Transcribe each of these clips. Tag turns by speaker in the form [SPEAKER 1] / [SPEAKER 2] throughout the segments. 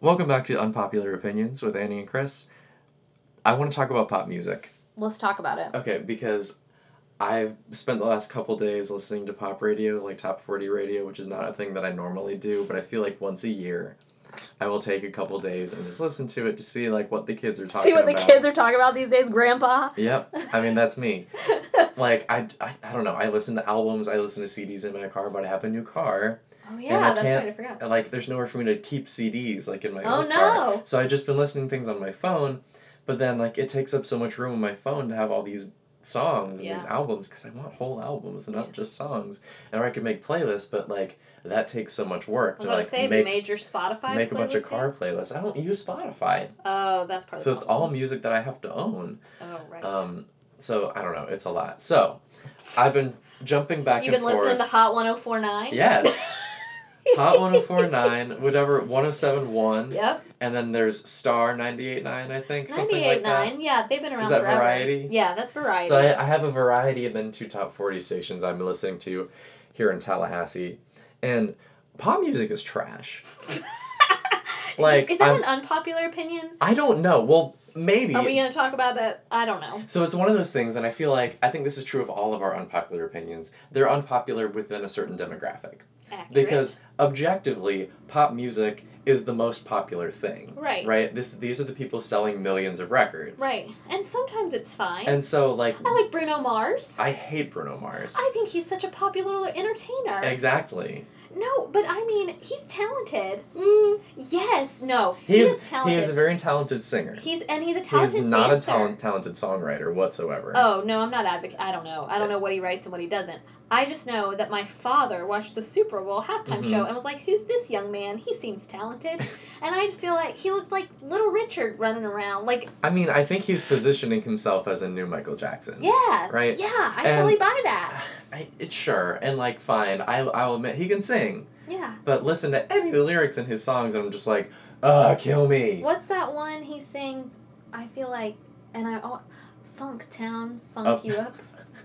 [SPEAKER 1] Welcome back to Unpopular Opinions with Annie and Chris. I want to talk about pop music.
[SPEAKER 2] Let's talk about it.
[SPEAKER 1] Okay, because I've spent the last couple days listening to pop radio, like top 40 radio, which is not a thing that I normally do, but I feel like once a year I will take a couple days and just listen to it to see like what the kids are talking
[SPEAKER 2] See what
[SPEAKER 1] about.
[SPEAKER 2] the kids are talking about these days, Grandpa.
[SPEAKER 1] Yep. I mean, that's me.
[SPEAKER 2] Oh,
[SPEAKER 1] Like, I, I, I don't know. I listen to albums, I listen to CDs in my car, but I have a new car.
[SPEAKER 2] Oh
[SPEAKER 1] And I
[SPEAKER 2] yeah, that's
[SPEAKER 1] can't- uh,
[SPEAKER 2] right. I forgot.
[SPEAKER 1] And, Like, there's nowhere for me to keep CDs, like, in my
[SPEAKER 2] Oh
[SPEAKER 1] own car.
[SPEAKER 2] no.
[SPEAKER 1] So I've just been listening to things on my phone, but then, like, it takes up so much room on my phone to have all these songs and these
[SPEAKER 2] Yeah.
[SPEAKER 1] albums because I want whole albums and not
[SPEAKER 2] Yeah.
[SPEAKER 1] just songs. And or I could make playlists, but, like, that takes so much work
[SPEAKER 2] I was
[SPEAKER 1] to,
[SPEAKER 2] about
[SPEAKER 1] like,
[SPEAKER 2] to say,
[SPEAKER 1] make,
[SPEAKER 2] major Spotify.
[SPEAKER 1] make a bunch of
[SPEAKER 2] playlist
[SPEAKER 1] car
[SPEAKER 2] yet?
[SPEAKER 1] playlists. I don't use Spotify.
[SPEAKER 2] Oh, that's part of
[SPEAKER 1] So
[SPEAKER 2] the
[SPEAKER 1] it's all
[SPEAKER 2] problem.
[SPEAKER 1] music that I have to own.
[SPEAKER 2] Oh right.
[SPEAKER 1] Um, so I don't know. It's a lot. So I've been jumping back
[SPEAKER 2] You've been
[SPEAKER 1] and forth.
[SPEAKER 2] listening to Hot 1049?
[SPEAKER 1] Yes. Hot 1049, whatever, 1071,
[SPEAKER 2] Yep.
[SPEAKER 1] and then there's Star 989, I think, something like
[SPEAKER 2] 98.9.
[SPEAKER 1] that.
[SPEAKER 2] yeah, they've been around
[SPEAKER 1] that
[SPEAKER 2] forever.
[SPEAKER 1] Variety?
[SPEAKER 2] Yeah, that's variety.
[SPEAKER 1] So I, I have a variety and then two top 40 stations I've been listening to here in Tallahassee. And pop music is trash. like,
[SPEAKER 2] Is that
[SPEAKER 1] I'm-
[SPEAKER 2] an unpopular opinion?
[SPEAKER 1] I don't know. Well, maybe.
[SPEAKER 2] Are we going to talk about it? I don't know.
[SPEAKER 1] So it's one of those things, and I feel like I think this is true of all of our unpopular opinions. They're unpopular within a certain demographic.
[SPEAKER 2] Accurate.
[SPEAKER 1] because objectively pop music is the most popular thing
[SPEAKER 2] Right.
[SPEAKER 1] right this these are the people selling millions of records
[SPEAKER 2] Right. And sometimes it's fine.
[SPEAKER 1] and so like
[SPEAKER 2] I like Bruno Mars.
[SPEAKER 1] i hate bruno mars
[SPEAKER 2] I think he's such a popular entertainer.
[SPEAKER 1] exactly
[SPEAKER 2] no, but I mean, he's talented. Mm, yes, no.
[SPEAKER 1] he,
[SPEAKER 2] He,
[SPEAKER 1] is,
[SPEAKER 2] talented.
[SPEAKER 1] he is a very talented singer
[SPEAKER 2] he's and he's a
[SPEAKER 1] he's
[SPEAKER 2] talented
[SPEAKER 1] not
[SPEAKER 2] dancer.
[SPEAKER 1] a talent, talented songwriter whatsoever
[SPEAKER 2] Oh no, I'm not advocate. I don't know. I don't know what he writes and what he doesn't. I just know that my father watched the Super Bowl halftime
[SPEAKER 1] Mhm.
[SPEAKER 2] show and was like, "Who's this young man? He seems talented," and I just feel like he looks like Little Richard running around. Like,
[SPEAKER 1] i mean i think he's positioning himself as a new michael jackson
[SPEAKER 2] yeah,
[SPEAKER 1] Right.
[SPEAKER 2] Yeah, I
[SPEAKER 1] And-
[SPEAKER 2] totally buy that.
[SPEAKER 1] I, it, sure and like fine I, i'll admit he can sing
[SPEAKER 2] Yeah.
[SPEAKER 1] but listen to any of the lyrics in his songs and i'm just like ugh kill me
[SPEAKER 2] What's that one he sings? I feel like, and I oh, Funk Town, Funk
[SPEAKER 1] Up-
[SPEAKER 2] You Up.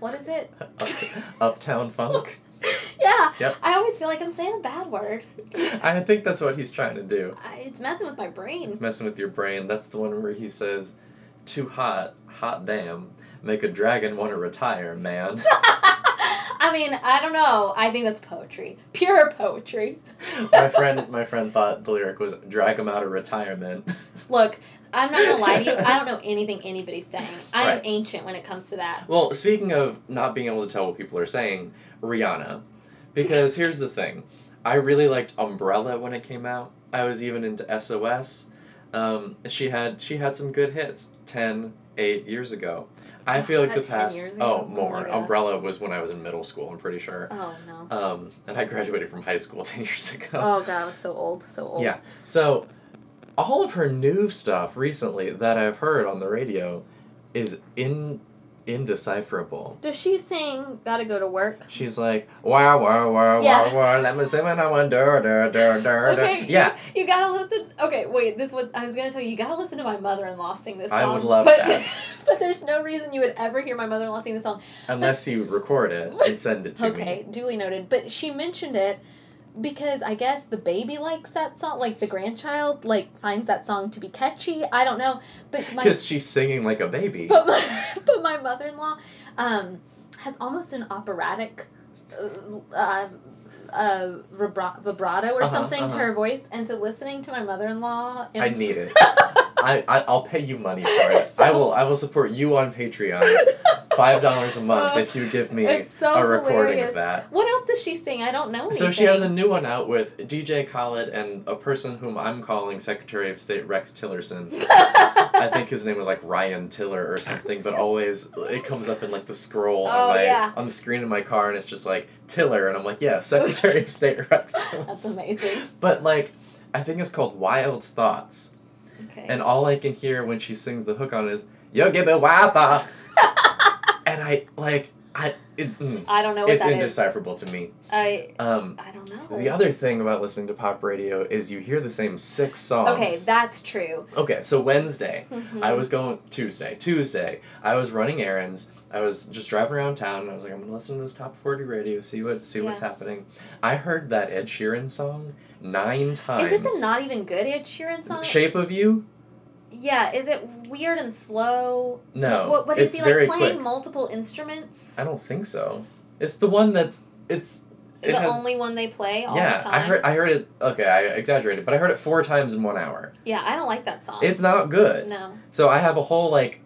[SPEAKER 2] What is it?
[SPEAKER 1] Upt- uptown funk
[SPEAKER 2] Yeah.
[SPEAKER 1] Yep.
[SPEAKER 2] I always feel like I'm saying a bad word.
[SPEAKER 1] I think that's what he's trying to do.
[SPEAKER 2] I, it's messing with my brain.
[SPEAKER 1] It's messing with your brain. That's the one where he says, "Too hot, hot damn, make a dragon want to retire, man."
[SPEAKER 2] I mean, I don't know. I think that's poetry. Pure poetry.
[SPEAKER 1] my friend, my friend thought the lyric was "drag him out of retirement."
[SPEAKER 2] Look, I'm not gonna lie to you. I don't know anything anybody's saying. I'm
[SPEAKER 1] Right.
[SPEAKER 2] ancient when it comes to that.
[SPEAKER 1] well, speaking of not being able to tell what people are saying, Rihanna, because here's the thing, I really liked Umbrella when it came out. I was even into SOS. Um, she had she had some good hits 10, 8 years ago. I
[SPEAKER 2] Oh,
[SPEAKER 1] feel
[SPEAKER 2] was
[SPEAKER 1] like the
[SPEAKER 2] that 10
[SPEAKER 1] past
[SPEAKER 2] years ago?
[SPEAKER 1] oh
[SPEAKER 2] Oh my
[SPEAKER 1] more
[SPEAKER 2] God.
[SPEAKER 1] Umbrella was when I was in middle school. I'm pretty sure.
[SPEAKER 2] Oh no.
[SPEAKER 1] Um, and I graduated from high school ten years ago.
[SPEAKER 2] Oh god, I was so old, so old.
[SPEAKER 1] Yeah. So, all of her new stuff recently that I've heard on the radio is in indecipherable.
[SPEAKER 2] Does she sing "Gotta Go to Work"?
[SPEAKER 1] She's like, wow, wow, wow,
[SPEAKER 2] Yeah.
[SPEAKER 1] wow, wow, let me see when I want, dur, dur, dur, dur, dur."
[SPEAKER 2] Okay.
[SPEAKER 1] Yeah,
[SPEAKER 2] You gotta listen. Okay, wait. This was I was gonna tell you. You gotta listen to my mother-in-law sing this
[SPEAKER 1] I
[SPEAKER 2] song.
[SPEAKER 1] would love
[SPEAKER 2] but,
[SPEAKER 1] that.
[SPEAKER 2] But there's no reason you would ever hear my mother-in-law sing this song.
[SPEAKER 1] unless you record it and send it to
[SPEAKER 2] okay,
[SPEAKER 1] me.
[SPEAKER 2] duly noted. But she mentioned it because I guess the baby likes that song, like the grandchild like finds that song to be catchy. I don't know, but my
[SPEAKER 1] Because she's singing like a baby.
[SPEAKER 2] but my but my mother in law um, has almost an operatic uh, uh, uh, vibra- vibrato or
[SPEAKER 1] Uh-huh,
[SPEAKER 2] something to
[SPEAKER 1] uh-huh.
[SPEAKER 2] her voice, and so listening to my mother in law.
[SPEAKER 1] I need it. I, I I'll pay you money for it. I
[SPEAKER 2] So-
[SPEAKER 1] will I will support you on Patreon. Five dollars a month if you give me
[SPEAKER 2] It's so
[SPEAKER 1] a recording
[SPEAKER 2] hilarious.
[SPEAKER 1] of that.
[SPEAKER 2] What else does she sing? I don't know. Anything.
[SPEAKER 1] So she has a new one out with DJ Khaled and a person whom I'm calling Secretary of State Rex Tillerson. I think his name was like Ryan Tiller or something, but always it comes up in like the scroll
[SPEAKER 2] Oh,
[SPEAKER 1] on my
[SPEAKER 2] yeah.
[SPEAKER 1] on the screen in my car, and it's just like Tiller, and I'm like, yeah, Secretary of State Rex Tillerson.
[SPEAKER 2] That's amazing.
[SPEAKER 1] But like, I think it's called Wild Thoughts,
[SPEAKER 2] Okay.
[SPEAKER 1] and all I can hear when she sings the hook on is Yo give me wapa, and I like I it, mm,
[SPEAKER 2] I don't know what
[SPEAKER 1] it's
[SPEAKER 2] that is.
[SPEAKER 1] indecipherable to me.
[SPEAKER 2] I
[SPEAKER 1] Um,
[SPEAKER 2] I don't know.
[SPEAKER 1] the other thing about listening to pop radio is you hear the same six songs.
[SPEAKER 2] Okay, that's true.
[SPEAKER 1] okay, so Wednesday,
[SPEAKER 2] Mhm.
[SPEAKER 1] I was going Tuesday. Tuesday, I was running errands. I was just driving around town, and I was like, I'm gonna listen to this top forty radio, see what see what's
[SPEAKER 2] Yeah.
[SPEAKER 1] happening. I heard that Ed Sheeran song nine times.
[SPEAKER 2] Is it the not even good Ed Sheeran song?
[SPEAKER 1] Shape of You?
[SPEAKER 2] Yeah, is it weird and slow?
[SPEAKER 1] No,
[SPEAKER 2] What, what is
[SPEAKER 1] Oh, it's
[SPEAKER 2] he
[SPEAKER 1] very
[SPEAKER 2] like playing
[SPEAKER 1] quick. Uh,
[SPEAKER 2] multiple instruments?
[SPEAKER 1] I don't think so. It's the one that's it's it
[SPEAKER 2] the
[SPEAKER 1] has,
[SPEAKER 2] only one they play all
[SPEAKER 1] yeah.
[SPEAKER 2] the time.
[SPEAKER 1] I heard I heard it. Okay, I exaggerated, but I heard it four times in one hour.
[SPEAKER 2] yeah, I don't like that song.
[SPEAKER 1] It's not good.
[SPEAKER 2] no.
[SPEAKER 1] So I have a whole like.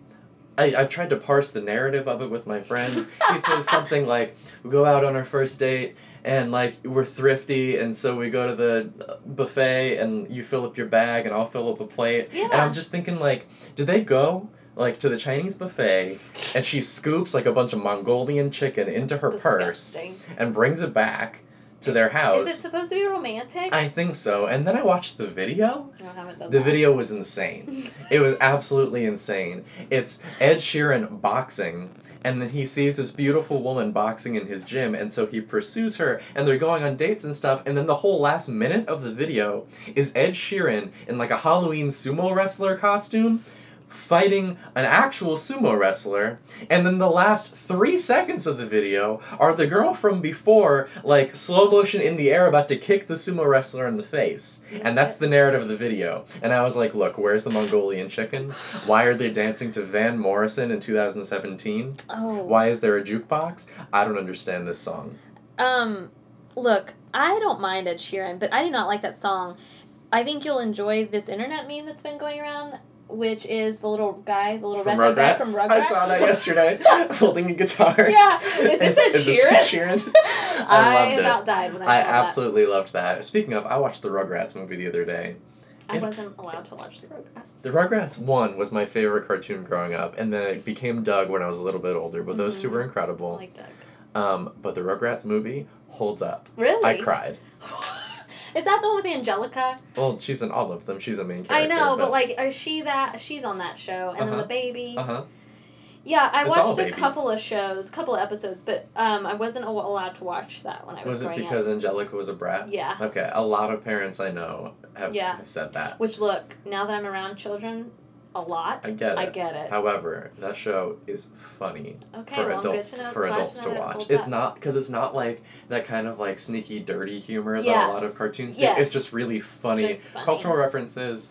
[SPEAKER 1] I, I've tried to parse the narrative of it with my friends. He says something like, "We go out on our first date, and like we're thrifty, and so we go to the uh, buffet, and you fill up your bag, and I'll fill up a plate." And
[SPEAKER 2] Yeah.
[SPEAKER 1] I'm just thinking, like, did they go like to the Chinese buffet, and she scoops like a bunch of Mongolian chicken into her purse
[SPEAKER 2] Disgusting.
[SPEAKER 1] and brings it back to their house?
[SPEAKER 2] Is it supposed to be romantic?
[SPEAKER 1] I think so. And then I watched the video.
[SPEAKER 2] No, I haven't done
[SPEAKER 1] The
[SPEAKER 2] that.
[SPEAKER 1] video was insane. It was absolutely insane. It's Ed Sheeran boxing, and then he sees this beautiful woman boxing in his gym, and so he pursues her, and they're going on dates and stuff. And then the whole last minute of the video is Ed Sheeran in like a Halloween sumo wrestler costume. Fighting an actual sumo wrestler, and then the last three seconds of the video are the girl from before, like slow motion in the air, about to kick the sumo wrestler in the face. And that's the narrative of the video. And I was like, look, where's the Mongolian chicken? Why are they dancing to Van Morrison in 2017?
[SPEAKER 2] oh.
[SPEAKER 1] Why is there a jukebox? I don't understand this song.
[SPEAKER 2] Um, look, I don't mind Ed Sheeran, but I do not like that song. I think you'll enjoy this internet meme that's been going around, which is the little guy, the little
[SPEAKER 1] From
[SPEAKER 2] redhead guy
[SPEAKER 1] Rugrats?
[SPEAKER 2] from Rugrats.
[SPEAKER 1] I saw that yesterday, holding a guitar.
[SPEAKER 2] yeah, is this Ed
[SPEAKER 1] is
[SPEAKER 2] Sheeran?
[SPEAKER 1] This Ed Sheeran? I loved it.
[SPEAKER 2] about died when I,
[SPEAKER 1] I
[SPEAKER 2] saw
[SPEAKER 1] absolutely loved that. Speaking of, I watched the Rugrats movie the other day.
[SPEAKER 2] that. I wasn't allowed to watch the Rugrats.
[SPEAKER 1] The Rugrats 1 was my favorite cartoon growing up, and then it became Doug when I was a little bit older, but those two
[SPEAKER 2] Mhm.
[SPEAKER 1] were
[SPEAKER 2] I
[SPEAKER 1] incredible.
[SPEAKER 2] like Doug.
[SPEAKER 1] Um, but the Rugrats movie holds up.
[SPEAKER 2] Really?
[SPEAKER 1] I cried.
[SPEAKER 2] Is that the one with Angelica?
[SPEAKER 1] Well, she's in all of them. She's a main character.
[SPEAKER 2] I know, but like, is she that? She's on that show, and then
[SPEAKER 1] Uh-huh.
[SPEAKER 2] the baby.
[SPEAKER 1] Uh huh.
[SPEAKER 2] Yeah, I
[SPEAKER 1] It's all
[SPEAKER 2] watched a
[SPEAKER 1] babies.
[SPEAKER 2] couple of shows, couple of episodes, but um, I wasn't al- allowed to watch that when I was,
[SPEAKER 1] Was it
[SPEAKER 2] growing
[SPEAKER 1] because Angelica was a brat?
[SPEAKER 2] up. Yeah.
[SPEAKER 1] Okay, a lot of parents I know have,
[SPEAKER 2] Yeah.
[SPEAKER 1] have said that.
[SPEAKER 2] Which look, now that I'm around children a lot,
[SPEAKER 1] I get it.
[SPEAKER 2] I get it.
[SPEAKER 1] However, that show is funny
[SPEAKER 2] Okay,
[SPEAKER 1] for
[SPEAKER 2] well,
[SPEAKER 1] adults
[SPEAKER 2] good to know.
[SPEAKER 1] for
[SPEAKER 2] glad
[SPEAKER 1] adults
[SPEAKER 2] know
[SPEAKER 1] to
[SPEAKER 2] that it
[SPEAKER 1] watch.
[SPEAKER 2] holds
[SPEAKER 1] It's
[SPEAKER 2] up.
[SPEAKER 1] not because it's not like that kind of like sneaky, dirty humor that
[SPEAKER 2] Yeah.
[SPEAKER 1] a lot of cartoons do.
[SPEAKER 2] Yes.
[SPEAKER 1] It's just really funny.
[SPEAKER 2] Just funny.
[SPEAKER 1] cultural references,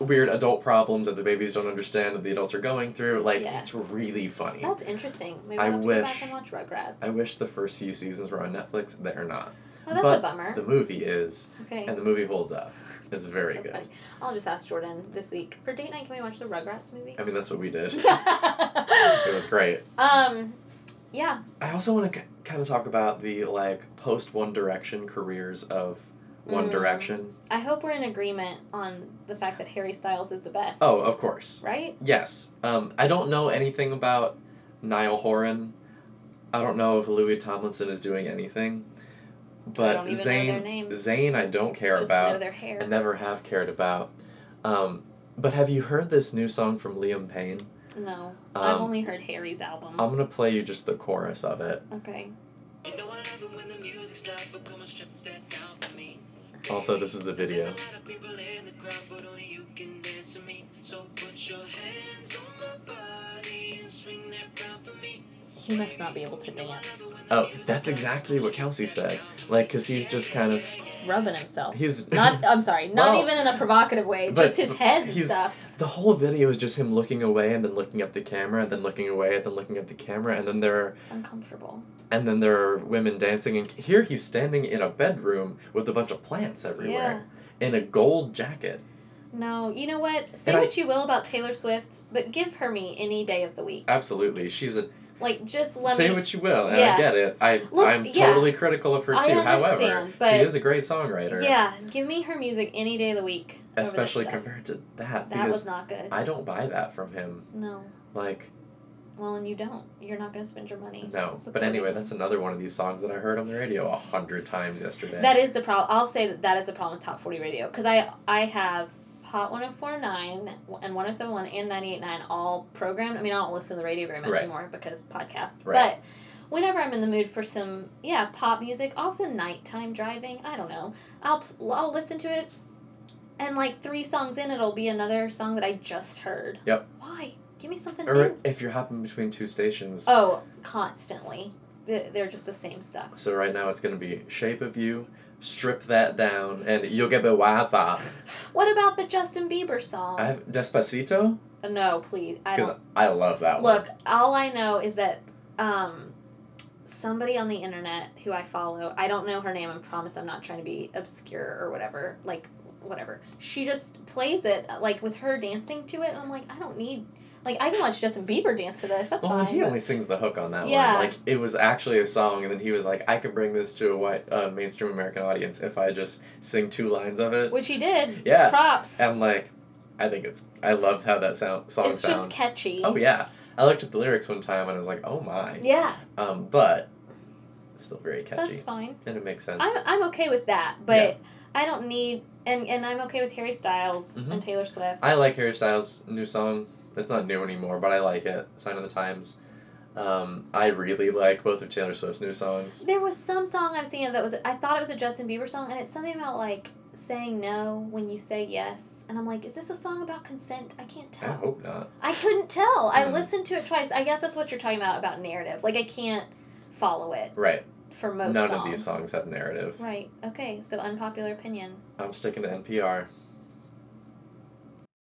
[SPEAKER 1] weird adult problems that the babies don't understand that the adults are going through. Like
[SPEAKER 2] Yes.
[SPEAKER 1] it's really funny.
[SPEAKER 2] That's interesting. Maybe
[SPEAKER 1] I
[SPEAKER 2] I'll have to go
[SPEAKER 1] wish-
[SPEAKER 2] back and watch Rugrats.
[SPEAKER 1] I wish the first few seasons were on Netflix. They're not.
[SPEAKER 2] Oh, that's
[SPEAKER 1] but
[SPEAKER 2] a bummer.
[SPEAKER 1] The movie is,
[SPEAKER 2] okay.
[SPEAKER 1] and the movie holds up. It's very
[SPEAKER 2] So
[SPEAKER 1] good.
[SPEAKER 2] funny. I'll just ask Jordan this week for date night. Can we watch the Rugrats movie?
[SPEAKER 1] I mean, that's what we did. it was
[SPEAKER 2] it
[SPEAKER 1] great.
[SPEAKER 2] Um, yeah.
[SPEAKER 1] I also want to kind of talk about the like post One Direction careers of One
[SPEAKER 2] Mm.
[SPEAKER 1] Direction.
[SPEAKER 2] I hope we're in agreement on the fact that Harry Styles is the best.
[SPEAKER 1] Oh, of course.
[SPEAKER 2] Right?
[SPEAKER 1] Yes. Um, I don't know anything about Niall Horan. I don't know if Louis Tomlinson is doing anything.
[SPEAKER 2] I
[SPEAKER 1] But
[SPEAKER 2] don't even know their
[SPEAKER 1] Zayn,
[SPEAKER 2] names.
[SPEAKER 1] Zayn, I don't care
[SPEAKER 2] Just
[SPEAKER 1] about.
[SPEAKER 2] know their hair.
[SPEAKER 1] I never have cared about. Um, but have you heard this new song from Liam Payne?
[SPEAKER 2] No. I've
[SPEAKER 1] Um,
[SPEAKER 2] only heard Harry's album.
[SPEAKER 1] I'm gonna play you just the chorus of it.
[SPEAKER 2] okay.
[SPEAKER 3] You know I love it when the music's loud, but come and strip that down for me.
[SPEAKER 1] Also, this is the
[SPEAKER 3] There's a
[SPEAKER 1] video.
[SPEAKER 3] lot of people in the crowd, but only you can dance to me. So put your hands on my body and swing that round for me.
[SPEAKER 2] He must not be able to dance.
[SPEAKER 1] Oh, that's exactly what Kelsey said. Like, cause he's just kind of
[SPEAKER 2] Rubbing himself.
[SPEAKER 1] he's
[SPEAKER 2] Not I'm sorry, not
[SPEAKER 1] Well,
[SPEAKER 2] even in a provocative way,
[SPEAKER 1] but
[SPEAKER 2] just his head and
[SPEAKER 1] he's-
[SPEAKER 2] stuff.
[SPEAKER 1] the whole video is just him looking away and then looking at the camera and then looking away and then looking at the camera and then there are
[SPEAKER 2] It's uncomfortable.
[SPEAKER 1] and then there are women dancing and here he's standing in a bedroom with a bunch of plants everywhere in a gold jacket.
[SPEAKER 2] No, you know what? Say
[SPEAKER 1] And I-
[SPEAKER 2] what you will about Taylor Swift, but give her me any day of the week.
[SPEAKER 1] Absolutely, she's a
[SPEAKER 2] Like just let
[SPEAKER 1] say
[SPEAKER 2] me
[SPEAKER 1] what you will, and
[SPEAKER 2] Yeah.
[SPEAKER 1] I get it. I
[SPEAKER 2] Look,
[SPEAKER 1] I'm
[SPEAKER 2] yeah.
[SPEAKER 1] totally critical of her
[SPEAKER 2] I
[SPEAKER 1] too. However,
[SPEAKER 2] understand, but-
[SPEAKER 1] she is a great songwriter,
[SPEAKER 2] Yeah, give me her music any day of the week. over this
[SPEAKER 1] especially
[SPEAKER 2] stuff.
[SPEAKER 1] compared to that
[SPEAKER 2] That was
[SPEAKER 1] because
[SPEAKER 2] not good.
[SPEAKER 1] I don't buy that from him.
[SPEAKER 2] no.
[SPEAKER 1] Like
[SPEAKER 2] Well, and you don't. You're not going to spend your money.
[SPEAKER 1] no, but
[SPEAKER 2] supporting
[SPEAKER 1] anyway,
[SPEAKER 2] him.
[SPEAKER 1] that's another one of these songs that I heard on the radio a hundred times yesterday.
[SPEAKER 2] That is the problem. I'll say that that is the problem with Top 40 Radio because I, I have Hot 1049 and 1071 and 989 all programmed. I mean, I don't listen to the radio very much
[SPEAKER 1] Right.
[SPEAKER 2] anymore because podcasts.
[SPEAKER 1] Right.
[SPEAKER 2] But whenever I'm in the mood for some, yeah, pop music, often nighttime driving, I don't know, I'll, pl- I'll listen to it, and like three songs in, it'll be another song that I just heard.
[SPEAKER 1] Yep.
[SPEAKER 2] Why? Give me something
[SPEAKER 1] Or
[SPEAKER 2] new.
[SPEAKER 1] if you're hopping between two stations.
[SPEAKER 2] Oh, constantly. Th- They're just the same stuff.
[SPEAKER 1] So right now it's gonna be Shape of You, strip that down, and you'll get bewata.
[SPEAKER 2] What about the Justin Bieber song?
[SPEAKER 1] I have Despacito
[SPEAKER 2] no, please. I
[SPEAKER 1] because
[SPEAKER 2] don't.
[SPEAKER 1] I love that
[SPEAKER 2] Look, all I know is that um, somebody on the internet who I follow, I don't know her name, I promise I'm not trying to be obscure or whatever, like, whatever. She just plays it, uh, like, with her dancing to it, and I'm like, I don't need. Like, I can watch Justin Bieber dance to this. That's
[SPEAKER 1] one. Well,
[SPEAKER 2] fine.
[SPEAKER 1] he only sings the hook on that
[SPEAKER 2] Yeah.
[SPEAKER 1] one. Like it was actually a song, and then he was like, "I could bring this to a white uh, mainstream American audience if I just sing two lines of it."
[SPEAKER 2] Which he did.
[SPEAKER 1] Yeah.
[SPEAKER 2] Props.
[SPEAKER 1] And like, I think it's I love how that sound song
[SPEAKER 2] it's
[SPEAKER 1] sounds.
[SPEAKER 2] just catchy.
[SPEAKER 1] Oh yeah, I looked up the lyrics one time and I was like, "Oh my."
[SPEAKER 2] yeah,
[SPEAKER 1] Um, but it's still very catchy,
[SPEAKER 2] that's fine.
[SPEAKER 1] and it makes sense.
[SPEAKER 2] I'm, I'm okay with that, but I don't need and and I'm okay with Harry Styles
[SPEAKER 1] Mhm.
[SPEAKER 2] and Taylor Swift.
[SPEAKER 1] I like Harry Styles' new song. It's not new anymore, but I like it. Sign of the Times. Um, I really like both of Taylor Swift's new songs.
[SPEAKER 2] there was some song I've seen of that was I thought it was a Justin Bieber song, and it's something about like saying no when you say yes, and I'm like, is this a song about consent? I can't
[SPEAKER 1] I
[SPEAKER 2] tell.
[SPEAKER 1] hope not.
[SPEAKER 2] I couldn't tell. I
[SPEAKER 1] Mm.
[SPEAKER 2] listened to it twice. I guess that's what you're talking about about narrative. Like I can't follow it
[SPEAKER 1] Right.
[SPEAKER 2] for most.
[SPEAKER 1] None of these songs have narrative.
[SPEAKER 2] Right. Okay. So unpopular opinion.
[SPEAKER 1] I'm sticking to NPR.